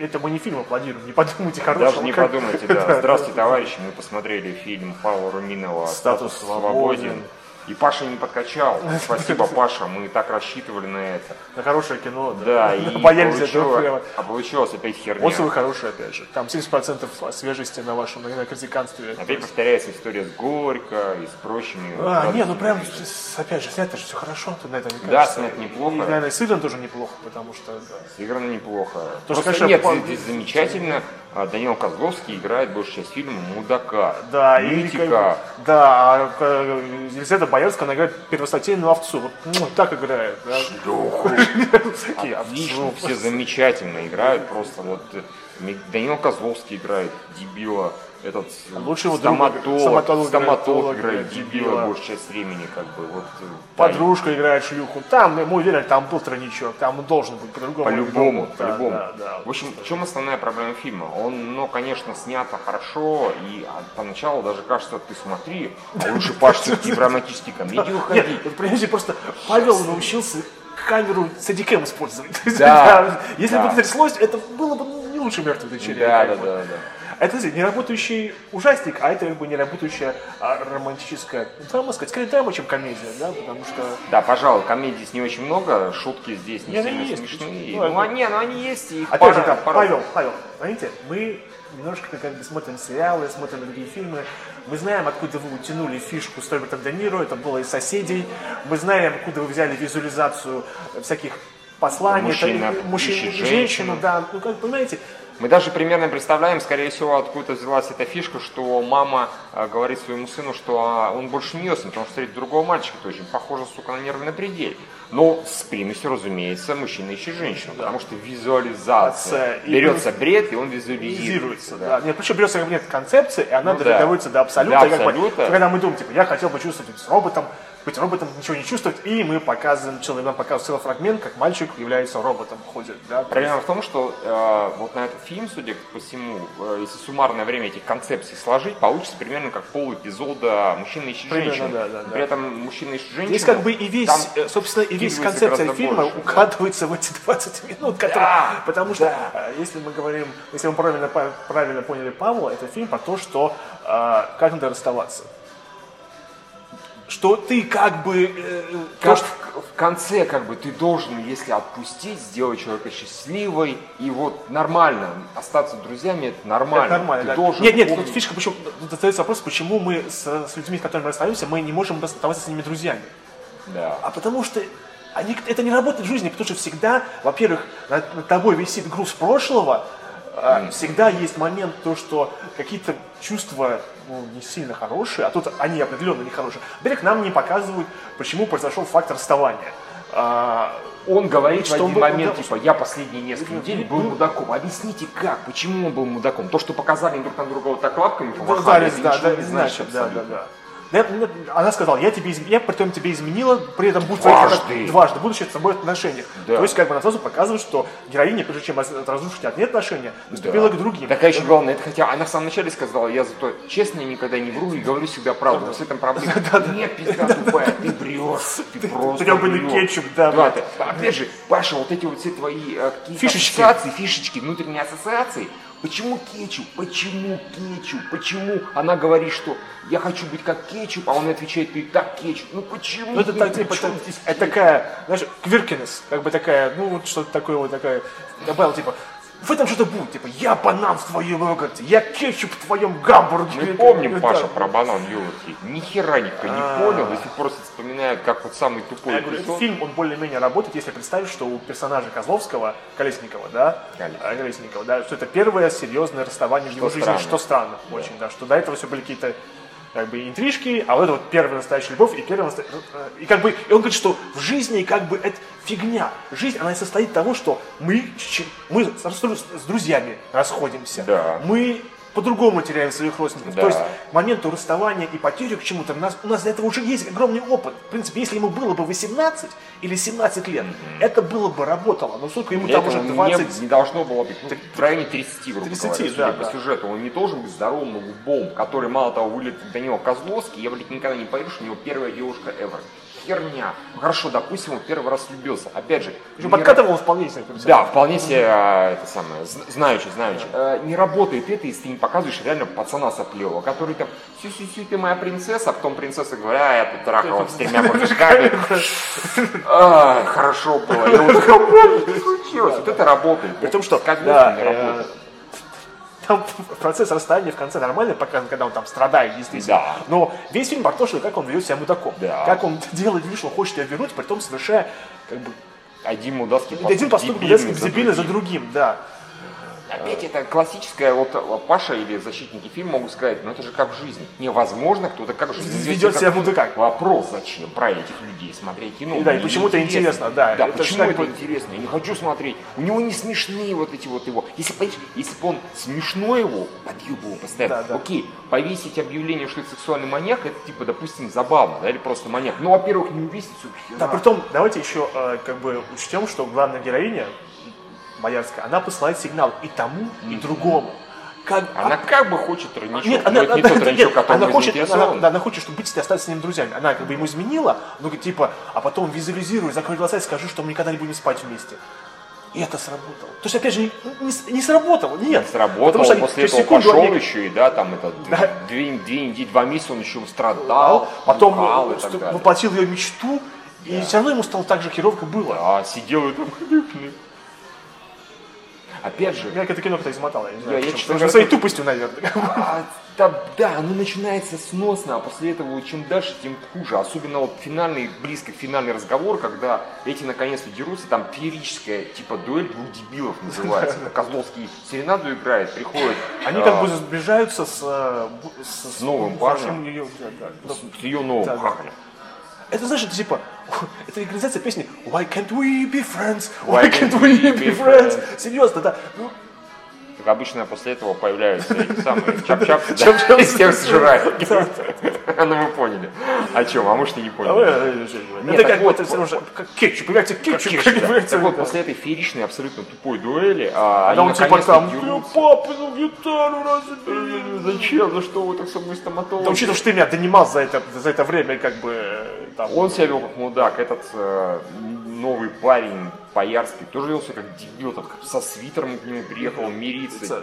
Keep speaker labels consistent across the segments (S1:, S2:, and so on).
S1: Это мы не фильм аплодируем, не подумайте хорошего.
S2: Даже не
S1: как-
S2: подумайте, да. Здравствуйте, товарищи. Мы посмотрели фильм Павла Руминова
S1: Статус
S2: «Статус
S1: свободен».
S2: свободен». И Паша не подкачал. Спасибо, Паша. Мы так рассчитывали на это.
S1: На хорошее кино,
S2: Да, и
S1: Боялись этого
S2: получила-
S1: прямо.
S2: а получилось опять херня.
S1: Отзывы хорошие, опять же. Там 70% свежести на вашем на- на критиканстве.
S2: Опять повторяется история с Горько и с прочими.
S1: А,
S2: разными
S1: не, ну прям,
S2: людьми.
S1: с- с- опять же, снято же все хорошо, ты на это не
S2: Да,
S1: кажется.
S2: снят
S1: И,
S2: неплохо.
S1: наверное, сыгран тоже неплохо, потому что... да.
S2: Сыграно неплохо.
S1: Тоже,
S2: Просто
S1: конечно,
S2: нет,
S1: пом-
S2: здесь замечательно. а, Данил Козловский играет большую часть фильма мудака.
S1: Да, и...
S2: Нытика.
S1: Да, а э, Елизавета Боярская, она играет первостатейную овцу. Вот ну, так играет. Да? а, ну,
S2: Шлюху.
S1: Такие
S2: Отлично,
S1: овцы.
S2: ну, все замечательно играют. Просто вот э, Ми- Данил Козловский играет дебила. Этот э,
S1: Лучше его друга-
S2: стоматолог,
S1: стоматолог играет,
S2: стоматолог
S1: играет
S2: играет
S1: дебила.
S2: дебила большую часть времени, как бы вот э,
S1: Подружка играет шлюху. Там, ему уверен, там был тройничок, там он должен быть по-другому.
S2: По-любому,
S1: Да,
S2: по-любому.
S1: да, да.
S2: В общем, в чем основная проблема фильма? Он, ну, конечно, снято хорошо, и а, поначалу даже кажется, ты смотри, а лучше Паш все-таки в романтические комедии
S1: Нет,
S2: уходи.
S1: вот прежде просто Павел научился камеру с эдикем использовать.
S2: Да,
S1: Если бы
S2: да.
S1: это тряслось, это было бы не лучше мертвых дочерей.
S2: Да,
S1: как
S2: да,
S1: бы.
S2: да, да.
S1: Это не работающий ужастик, а это как бы не работающая а, романтическая драма, сказать, скорее драма, чем комедия, да, потому что
S2: Да, пожалуй, комедий здесь не очень много, шутки здесь не
S1: Не,
S2: сильно
S1: они есть,
S2: смешные.
S1: почему?
S2: Ну,
S1: Ну,
S2: а, не, ну они есть, и их
S1: Опять же,
S2: пара-
S1: да,
S2: пара-
S1: Павел, Павел, понимаете, мы немножко как бы смотрим сериалы, смотрим другие фильмы, мы знаем, откуда вы утянули фишку с Робертом Де Ниро, это было из «Соседей», мы знаем, откуда вы взяли визуализацию всяких посланий,
S2: Мужчина
S1: это, э, мужчин-
S2: ищет
S1: женщину,
S2: женщину.
S1: да, ну как, понимаете,
S2: Мы даже примерно представляем, скорее всего, откуда взялась эта фишка, что мама а, говорит своему сыну, что а, он больше не ест, потому что встретит другого мальчика, то очень похоже, сука, на нервный предель. Но с примесью, разумеется, мужчина ищет женщину, потому что визуализация.
S1: Отца, и
S2: Берется бред, и он
S1: визуализируется,
S2: визуализируется.
S1: да. Нет, причем берется как нет концепции, и она
S2: Ну да.
S1: доводится до абсолюта.
S2: До
S1: и как бы,
S2: абсолюта.
S1: когда мы думаем, типа, я хотел бы чувствовать быть роботом, быть роботом, ничего не чувствовать, и мы показываем человека, нам показывают целый фрагмент, как мальчик является роботом, ходит, да. то есть-
S2: Проблема в том, что э, вот на этот фильм, судя по всему, э, если суммарное время этих концепций сложить, получится примерно как пол эпизода мужчина ищет
S1: Примерно,
S2: женщину.
S1: да, да, да.
S2: При этом мужчина ищет женщину.
S1: Здесь как бы и весь,
S2: там
S1: э, собственно, и весь
S2: вкидывается
S1: концепция
S2: гораздо
S1: фильма
S2: больше, да.
S1: укладывается в эти 20 минут, которые...
S2: Да,
S1: потому что,
S2: да.
S1: э, если мы говорим, если мы правильно, па- правильно поняли Павла, это фильм про то, что э, как надо расставаться. Что ты как бы... э, то,
S2: Как
S1: что-
S2: в конце, как бы, ты должен, если отпустить, сделать человека счастливой, и вот нормально, остаться друзьями, это нормально.
S1: Это нормально,
S2: ты
S1: да.
S2: должен
S1: Нет, нет,
S2: помнить.
S1: тут фишка, почему, тут остается вопрос, почему мы с, с людьми, с которыми мы расстаемся, мы не можем оставаться с ними друзьями.
S2: Да.
S1: А потому что они, это не работает в жизни, потому что всегда, во-первых, над, над тобой висит груз прошлого, а, всегда есть момент то, что какие-то чувства ну, не сильно хорошие, а тут они определенно не хорошие. Во-первых, нам не показывают, почему произошел факт расставания. А,
S2: Он говорит в
S1: Что
S2: один
S1: он был
S2: момент,
S1: мудаком.
S2: типа, я последние несколько
S1: Ну,
S2: недель был
S1: ну.
S2: мудаком. Объясните, как, почему он был мудаком? То, что показали друг на друга вот так лапками,
S1: да,
S2: помахали, это
S1: да,
S2: ничего
S1: да,
S2: не
S1: значит, да, да,
S2: абсолютно.
S1: да. Да, ну, Она сказала, я тебе, изм- я при том тебе изменила, при этом буду твоих
S2: Дважды.
S1: отнош- дважды буду с тобой в отношениях.
S2: Да.
S1: То есть как бы она сразу показывает, что героиня, прежде чем раз- разрушить одни отношения, наступила
S2: Да.
S1: к другим.
S2: Такая еще главное, это хотя она в самом начале сказала, я зато честно никогда не вру и говорю всегда правду. С этим проблема. Нет, пизда тупая, ты брешь, ты просто
S1: грёбаный
S2: врёшь.
S1: кетчуп, да,
S2: Да,
S1: блядь.
S2: ты- опять же, Паша, вот эти вот все твои э, какие-то
S1: Фишечки.
S2: ассоциации, фишечки, внутренние ассоциации. Почему кетчуп? Почему кетчуп? Почему она говорит, что я хочу быть как кетчуп, а он отвечает, ты так кетчуп. Ну почему?
S1: Ну, это,
S2: Ну,
S1: так,
S2: при
S1: типа,
S2: чём
S1: это-
S2: здесь
S1: это такая, знаешь, квиркинес, как бы такая, ну, вот что-то такое вот такая, добавил, типа, в этом что-то будет, типа, я банан в твоем йогурте, я кетчуп в твоем гамбургере.
S2: Мы помним,
S1: Да.
S2: Паша, про банан Йолки. Ни хера никто не
S1: А.
S2: понял, если просто вспоминают, как вот самый тупой
S1: Я говорю, этот
S2: эпизод.
S1: фильм, он более-менее работает, если представить, что у персонажа Козловского, Колесникова, да,
S2: Колесникова.
S1: а, Колесникова, да, что это первое серьезное расставание в его жизни,
S2: странно.
S1: что странно очень, да, что до этого все были какие-то как бы интрижки, а вот это вот первая настоящая любовь и первая настоящая... И как бы, и он говорит, что в жизни как бы это фигня. Жизнь, она и состоит того, что мы, с чем- мы с, с- с друзьями расходимся.
S2: Да.
S1: Мы по-другому теряем своих родственников.
S2: Да.
S1: То есть к моменту расставания и потери к чему-то, у нас, у нас для этого уже есть огромный опыт. В принципе, если ему было бы 18 или 17 лет, это было бы работало. Но сколько ему
S2: Для
S1: там уже
S2: этого
S1: 20...
S2: Не, не должно было быть ну, в районе 30, грубо
S1: 30,
S2: говоря,
S1: да,
S2: судя по
S1: да.
S2: сюжету. Он не должен быть здоровым и лубом, который, мало того, вылет Данила Козловский. Я, блядь, никогда не поверю, что у него первая девушка ever. херня. Хорошо, допустим, он первый раз влюбился. Опять же,
S1: Причем
S2: не
S1: подкатывал он вполне себе.
S2: да, вполне себе а, это самое, зн- знающий, знающий. Э, Не работает это, если ты не показываешь реально пацана соплевого, который там, сю-сю-сю, ты моя принцесса, а потом принцесса говорит, а я тут трахала с тремя мужиками. А, Хорошо было. Я вот такой, «Ой, что случилось? Вот это работает.
S1: При том, что
S2: Как
S1: да,
S2: не
S1: э,
S2: работает.
S1: там процесс расстания в конце нормально показан, когда он там страдает, действительно.
S2: Да.
S1: Но весь фильм про то, что как он ведет себя мудаком.
S2: Да.
S1: Как он делает вид, что он хочет тебя вернуть, при том совершая как бы,
S2: Один мудацкий
S1: один поступок
S2: дебильный
S1: дебильный,
S2: за
S1: за другим, да.
S2: Опять это классическая, вот а, Паша или защитники фильма могут сказать, ну это же как в жизни. Невозможно кто-то как в жизни
S1: Ведет себя мудаком.
S2: Вопрос, зачем про этих людей смотреть кино?
S1: И да, и
S2: Мне
S1: почему это интересно, да.
S2: Да,
S1: Это
S2: почему
S1: же
S2: это
S1: такой-
S2: интересно, я не хочу смотреть. У него не смешные вот эти вот его. Если, понимаешь, если бы он смешно его, подъебывал постоянно.
S1: Да, да.
S2: Окей, повесить объявление, что это сексуальный маньяк, это типа, допустим, забавно, да, или просто маньяк. Ну, во-первых, не увесить всю херню.
S1: Да, притом, давайте еще э, как бы учтем, что главная героиня, Боярская, она посылает сигнал и тому, и другому. Как, а,
S2: Она как бы хочет тройничок,
S1: Нет,
S2: но
S1: она,
S2: это не
S1: она-
S2: тот
S1: нет,
S2: тройничок, которым
S1: она
S2: вы
S1: хочет, она,
S2: заинтересованы.
S1: да, она хочет, чтобы быть с ней остаться с ним друзьями. Она как бы ему изменила, ну типа, а потом визуализируй, закрой глаза и скажи, что мы никогда не будем спать вместе. И это сработало. То есть, опять же, не, не- не сработало, нет.
S2: сработал,
S1: Потому что они-
S2: после
S1: через
S2: этого
S1: секунду
S2: пошел
S1: они-
S2: еще и, да, там это,
S1: Да.
S2: две, две недели, два месяца он еще страдал,
S1: потом
S2: бухал
S1: э,
S2: и так
S1: ст-
S2: далее.
S1: воплотил ее мечту, и все равно ему стало так же херово, как было.
S2: А сидел и там Опять же,
S1: Я как это кино как-то измотало, я не знаю.
S2: Я- я,
S1: почему.
S2: честно
S1: Потому что
S2: говоря,
S1: своей тупостью, наверное.
S2: а, да, да, оно начинается сносно, а после этого чем дальше, тем хуже. Особенно вот финальный, близко финальный разговор, когда эти наконец-то дерутся, там феерическая, типа, дуэль двух дебилов называется. Это Козловский серенаду играет, приходит.
S1: Они
S2: а,
S1: как бы сближаются с, э, бу- с,
S2: С новым
S1: парнем.
S2: парнем.
S1: да.
S2: с ее новым
S1: Да, да.
S2: парнем.
S1: Это знаешь, это типа, это экранизация песни Why can't we be friends?
S2: Why
S1: Why can't we be friends? Серьезно, да. Ну,
S2: Как обычно после этого появляются эти самые чап-чап,
S1: Чап-чап.
S2: да, и всех сжирают. Ну вы поняли. О чем? А может и не
S1: а вы,
S2: поняли.
S1: э, э,
S2: Нет,
S1: Это
S2: так
S1: как
S2: вот,
S1: вот, это
S2: вот,
S1: всё равно же, как кетчуп, понимаете, кетчуп,
S2: Кишка,
S1: как
S2: да.
S1: говорится,
S2: Так вот,
S1: да.
S2: после этой фееричной, абсолютно тупой дуэли, а
S1: Когда
S2: они
S1: он типа
S2: наконец-то
S1: там, «Ты
S2: дерутся.
S1: папину гитару разбил.
S2: э, Зачем? За что вы так со мной стоматолог?
S1: Да, учитывая, что ты меня донимал за это, за это время, как бы, э, там,
S2: Он себя вел как мудак, этот э, новый парень Боярский тоже вел себя как дебил, там, со свитером к нему приехал мириться.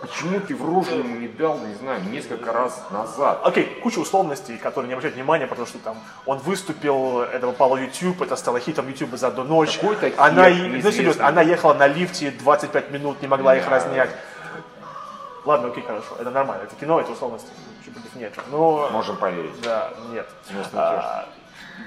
S2: Почему ты в рожу ему не дал, не знаю, несколько раз назад?
S1: Окей, куча условностей, которые не обращают внимания, потому что там он выступил, это попало в YouTube, это стало хитом YouTube за одну ночь.
S2: Какой-то хит
S1: она, и-
S2: неизвестный.
S1: знаешь, она ехала на лифте 25 минут, не могла их
S2: Да.
S1: разнять. Ладно, окей, хорошо, это нормально, это кино, это условности, ничего против нет. Но,
S2: Можем поверить.
S1: да, нет.
S2: Может,
S1: А,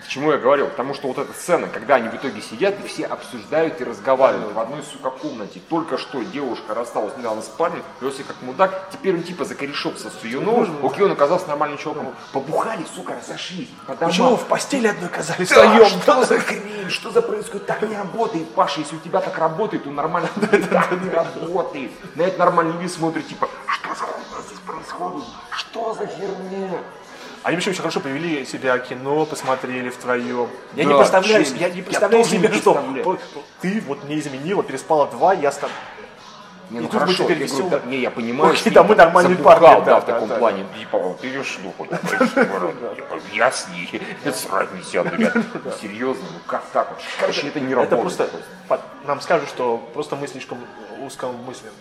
S2: Почему я говорил? Потому что вот эта сцена, когда они в итоге сидят и все обсуждают и разговаривают в одной, сука, комнате. Только что девушка рассталась недавно с парнем, вел себя как мудак, теперь он типа закорешился с ее ног, окей, он оказался нормальным человеком. Побухали, сука, разошлись. по домам.
S1: почему вы в постели одной оказались
S2: Да,
S1: втроем?
S2: что за хрень, что за происходит? Так не работает, Паша, если у тебя так работает, то нормально так не работает. На это нормальный вид смотрит, типа, что за хуйня здесь происходит? Что за херня?
S1: Они вообще очень хорошо повели себя кино, посмотрели втроем. Я не
S2: Да,
S1: представляю,
S2: чем?
S1: я не
S2: Я
S1: представляю
S2: тоже не
S1: себе, что
S2: представляю.
S1: ты вот мне изменила, переспала два, я с тобой.
S2: Не,
S1: И
S2: ну
S1: тут мы
S2: хорошо,
S1: теперь
S2: я говорю,
S1: весёлые.
S2: да, не, я понимаю,
S1: Окей,
S2: что
S1: да, мы
S2: я там
S1: нормальные
S2: забухал,
S1: парни, да,
S2: да, в
S1: да,
S2: таком
S1: да.
S2: плане, типа, перешлю, типа, я с ней, срать не сяду, ребят. серьезно, ну как так вот, короче, это не
S1: Это
S2: работает.
S1: просто под- нам скажут, что просто мы слишком узко мыслим.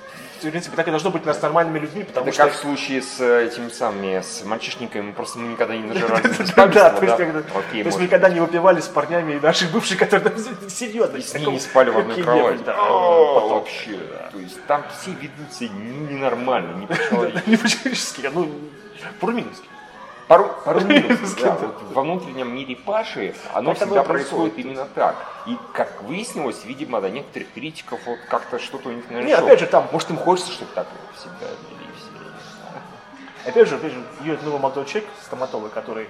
S1: В принципе, так и должно быть у нас с нормальными людьми, потому
S2: Это
S1: что...
S2: как в случае с э, этими самыми, с мальчишниками, просто мы никогда не нажирались.
S1: Да, то есть когда- то
S2: Окей,
S1: есть мы
S2: может.
S1: никогда не выпивали с парнями и наших бывших, которые там серьезно.
S2: С ней не спали в одной
S1: Какие
S2: кровати.
S1: нервы, да.
S2: А,
S1: Потом.
S2: Вообще, то есть там все ведут себя н- ненормально, не по-человечески.
S1: Не по-человечески, а ну, бурминовские.
S2: Пару, пару минус,
S1: Да.
S2: да, вот во внутреннем мире Паши оно
S1: Это
S2: всегда
S1: вот происходит.
S2: происходит именно так. И, как выяснилось, видимо, до некоторых критиков вот как-то что-то у них наверное.
S1: Нет, опять же, там,
S2: Может, им хочется, чтобы так всегда вели все. я не знаю.
S1: Опять же, опять же, ее новый молодой человек, стоматолог, который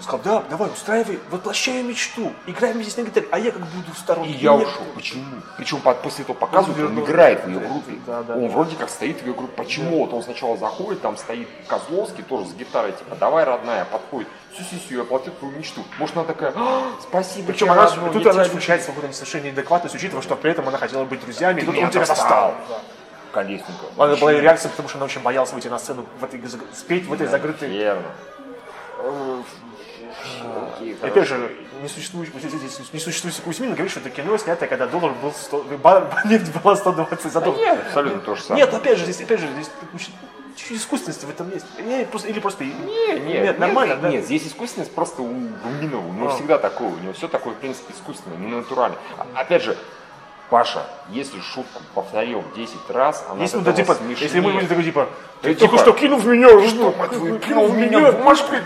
S1: сказал, да, давай, устраивай, воплощай мечту, играем здесь на гитаре, а я как буду в
S2: И
S1: сторонке.
S2: я
S1: Нет.
S2: ушел. Почему? Причем по- после этого показывают, он
S1: вернулся.
S2: играет в ее группе.
S1: Да, да.
S2: Он вроде как стоит в ее группе. Почему? Вот он сначала заходит, там стоит Козловский тоже с гитарой, типа, давай, родная, подходит. Сю-сю-сю, я платил твою мечту. Может, она такая, «А, спасибо,
S1: Причем
S2: я
S1: она,
S2: родной,
S1: тут
S2: я
S1: она
S2: тебя
S1: смущается в какой-то совершенно неадекватность, учитывая, что при этом она хотела быть друзьями, и
S2: Ты
S1: тут
S2: меня
S1: он тебя
S2: достал.
S1: достал. Да.
S2: люблю». Колесников.
S1: Ладно, была ее
S2: Мужчина.
S1: реакция, потому что она очень боялась выйти на сцену, в этой, заг- спеть в этой закрытой...
S2: Верно. Такие,
S1: И опять
S2: короче,
S1: же, несуществующий, несуществующий Кузьмин говорит, что это кино, снятое, когда доллар был 100, ба- нефть была 120 за
S2: да
S1: доллар.
S2: нет, абсолютно то же самое.
S1: Нет, опять же, здесь, опять же, здесь очень- чуть-чуть искусственности в этом есть. Или просто, или просто- нормально,
S2: нет,
S1: да?
S2: Нет, здесь искусственность просто у Груминова, у него
S1: А.
S2: всегда такое, у него все такое, в принципе, искусственное, не натуральное. А- Опять же, Паша, если шутку повторил 10 раз, она
S1: Если,
S2: от
S1: ну, да,
S2: этого
S1: типа,
S2: смешнее.
S1: если мы будем такой, типа,
S2: Да
S1: ты только
S2: типа,
S1: что кинул в меня,
S2: что, мать твою, кинул в меня бумажкой?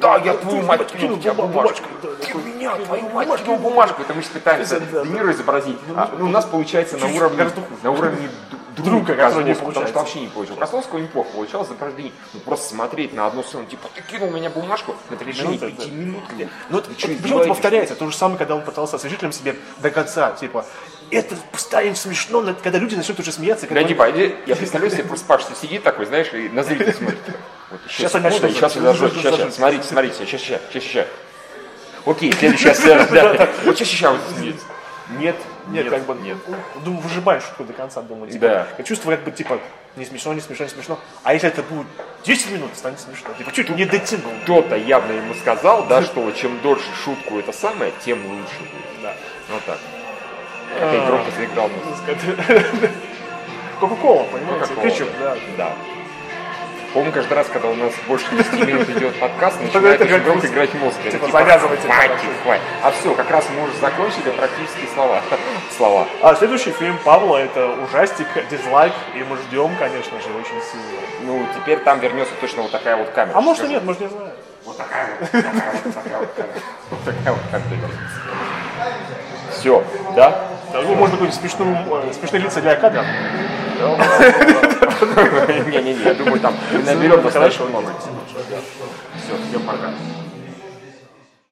S1: Да,
S2: Да, я твою мать кинул в тебя бумажку. Ты меня, твою мать, кинул бумажку. Это мы же пытаемся
S1: Да, да,
S2: Де Ниро изобразить. А у нас получается на
S1: чуть-чуть
S2: уровне,
S1: гораздо хуже.
S2: на уровне д- друга
S1: Друга, который не
S2: Козловского, потому
S1: получается.
S2: что вообще не получил. Красовского неплохо получалось за каждый день. Ну, просто смотреть на одну сцену, типа, ты кинул меня бумажку на протяжении
S1: Минуты,
S2: пяти
S1: да.
S2: минут, блин.
S1: Ну,
S2: Ты
S1: это,
S2: чё,
S1: это почему-то
S2: издеваетесь,
S1: повторяется. То же самое, когда он пытался освежителем себе до конца, типа, это станет смешно, но это когда люди начнут уже смеяться.
S2: Да,
S1: когда-
S2: типа, я- я представляю себе просто Паш, что сидит такой, знаешь, и на зрителей смотрит. Вот
S1: Щас они начнут
S2: Сейчас
S1: зажжёт, зажжёт,
S2: сейчас,
S1: зажжёт.
S2: смотрите, смотрите, сейчас, сейчас, сейчас, сейчас. Окей, следующая сцена, да. Вот сейчас, сейчас вот смеется. Нет,
S1: Нет, как бы, ну,
S2: нет.
S1: Думаю, выжимаешь шутку до конца, думаю, типа,
S2: Да.
S1: я чувствую, как бы, типа, не смешно, не смешно, не смешно. А если это будет 10 минут, станет смешно. Типа, чуть не дотянул.
S2: Кто-то явно ему сказал, да, что вот чем дольше шутку это самое, тем лучше будет.
S1: Да.
S2: Вот так.
S1: А.
S2: Опять громко заиграл. музыка.
S1: Кока-кола, понимаете,
S2: Кока-кола.
S1: кетчуп, Ну, да.
S2: Да. По-моему, каждый раз, когда у нас больше 10 минут идет подкаст,
S1: Тогда
S2: начинает
S1: это
S2: очень
S1: как
S2: громко
S1: музыка.
S2: играть музыка. Это
S1: Типа, завязывайте,
S2: Хватит,
S1: хорошо».
S2: хватит. А все, как раз мы уже закончили практически слова. Слова.
S1: А следующий фильм Павла это ужастик, дизлайк, и мы ждем, конечно же, очень сильно.
S2: Ну, теперь там вернется точно вот такая вот камера.
S1: А может и
S2: Скажи,
S1: нет, может не знаю.
S2: Вот такая вот, такая вот, такая вот камера. Вот такая вот камера. Все, да?
S1: Ну, можно какую-нибудь смешную, э, смешные лица для камер.
S2: Не-не-не, я думаю, там наберем достаточно много. Все, всем пока.